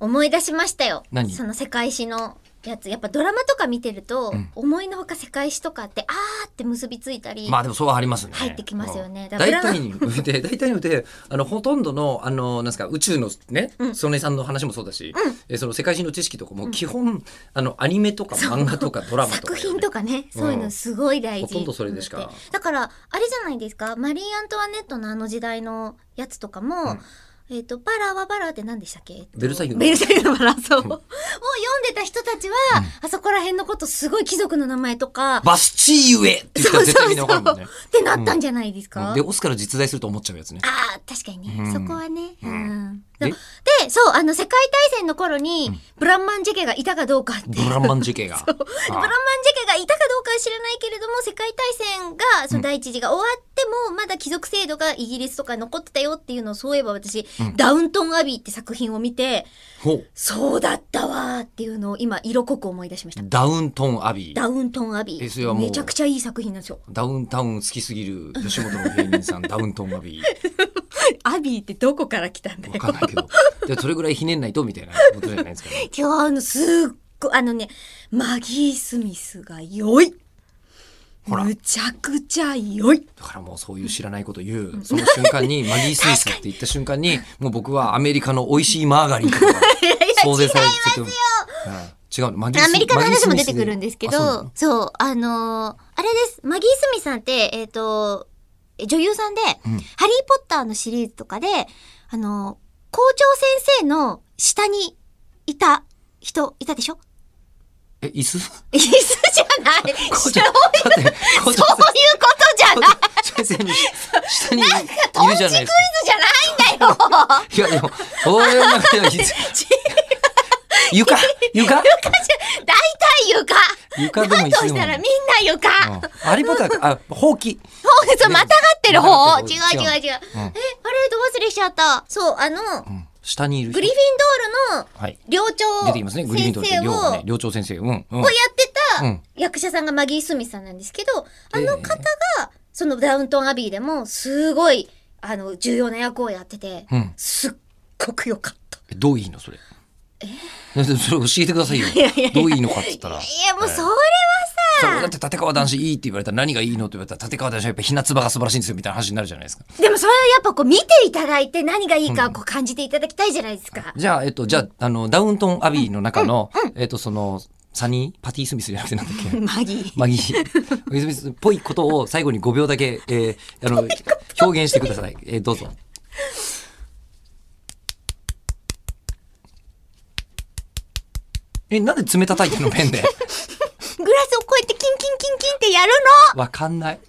思い出しましたよ何その世界史のやつやっぱドラマとか見てると、うん思いのほか世界史とかってあーって結びついたり、まあでもそうはありますね。入ってきますよねうんだか大ら体に 腕、大体に腕、あの、ほとんどの、あの、なんですか、宇宙のねう、んソネさんの話もそうだし、えその世界史の知識とかも基本、あの、アニメとか漫画とかドラマと作かね。品とかね、うんそういうのすごい大事ほとんどそれでしかと思ってだからあれじゃないですかマリー・アントワネットのあの時代のやつとかも、うんえっとバラはバラって何でしたっけえっとベルサイユのベルサイユの バラそうを読んでた人たちは、うんあそこら辺のことすごい貴族の名前とか、バスチーユエって言ったら絶対みんなわかるもんね。ってなったんじゃないですか、うんで、オスから実在すると思っちゃうやつね。ああ、確かにね、うんそこはね。ううんん。ででそう、あの、世界大戦の頃に、ブランマンジェケがいたかどうかっていう。ブランマン事件 が。そうブランマンあジェケがいたかどうかは知らないけれども、世界大戦が、その第一次が終わっても、まだ貴族制度がイギリスとかに残ってたよっていうのを、そういえば私、うんダウントンアビーって作品を見て、ほう。そうだったわーっていうのを今、色濃く思い出しました。ダウントンアビー。ダウントンアビえそれはー。もうめちゃくちゃいい作品なんですよ。ダウンタウン好きすぎる吉本の芸人さん、ダウントンアビー。アビーってどこから来たんだよわ。かんないけど。で、それぐらいひねんないとみたいなことじゃないですかね。今日あのすっごいあのねマギー・スミスが良いほらむちゃくちゃ良 いだからもうそういう知らないこと言う。その瞬間 に、マギー・スミスって言った瞬間に、もう僕はアメリカの美味しいマーガリンと か、想像されてる。うん違うの、マギー・アスメミリス。カの話も出てくるんですけあどそうなそうのあのーあれですマギー・スミスさんってえっ、と女優さんで、うんハリー・ポッターのシリーズとかであのー校長先生の下にいた人いたでしょ え、椅子椅子じゃない校そう長いうだって、こ校長とじゃない先生に、下にいるじゃないですか。じゃないんだよいやでも、そういうわけでは椅子床床大体床床でもだ椅と子でしもたらみんな床、うんアリポターか、あ、ほうき。そうです、またがってる方。またがって違るう方違う違う。え、あれど忘れしちゃった。そう、あの、うん下にいる人グリフィンドールのはい。寮長出てきますね。グリフィン先ドールって生寮がをね、寮長先生。うん。うんをやってうたん役者さんがマギー・スミスさんなんですけど、あの方えが、そのダウントン・アビーでも、すごい、あの、重要な役をやっててう、ん。すっごく良かった。えどういいのそれ。えそれ教えてくださいよ。どういいのかって言ったら。いや、もうそれはえそうさだっ、て立川男子いいって言われたら何がいいのって言われたら立川男子はやっぱひなつばが素晴らしいんですよみたいな話になるじゃないですか。でもそれはやっぱこう見ていただいて何がいいかをこう感じていただきたいじゃないですか。じゃあ、えっと、じゃあ、あの、ダウントンアビーの中の、えっと、その、サニーパティ・スミスじゃなくてなんだっけマギー。マギー、マギースミスっぽいことを最後に5秒だけ、えーあの、表現してください。えーどうぞ。え、なんで爪叩いてんのペンでグラスをこうやってキンキンキンキンってやるのわかんない。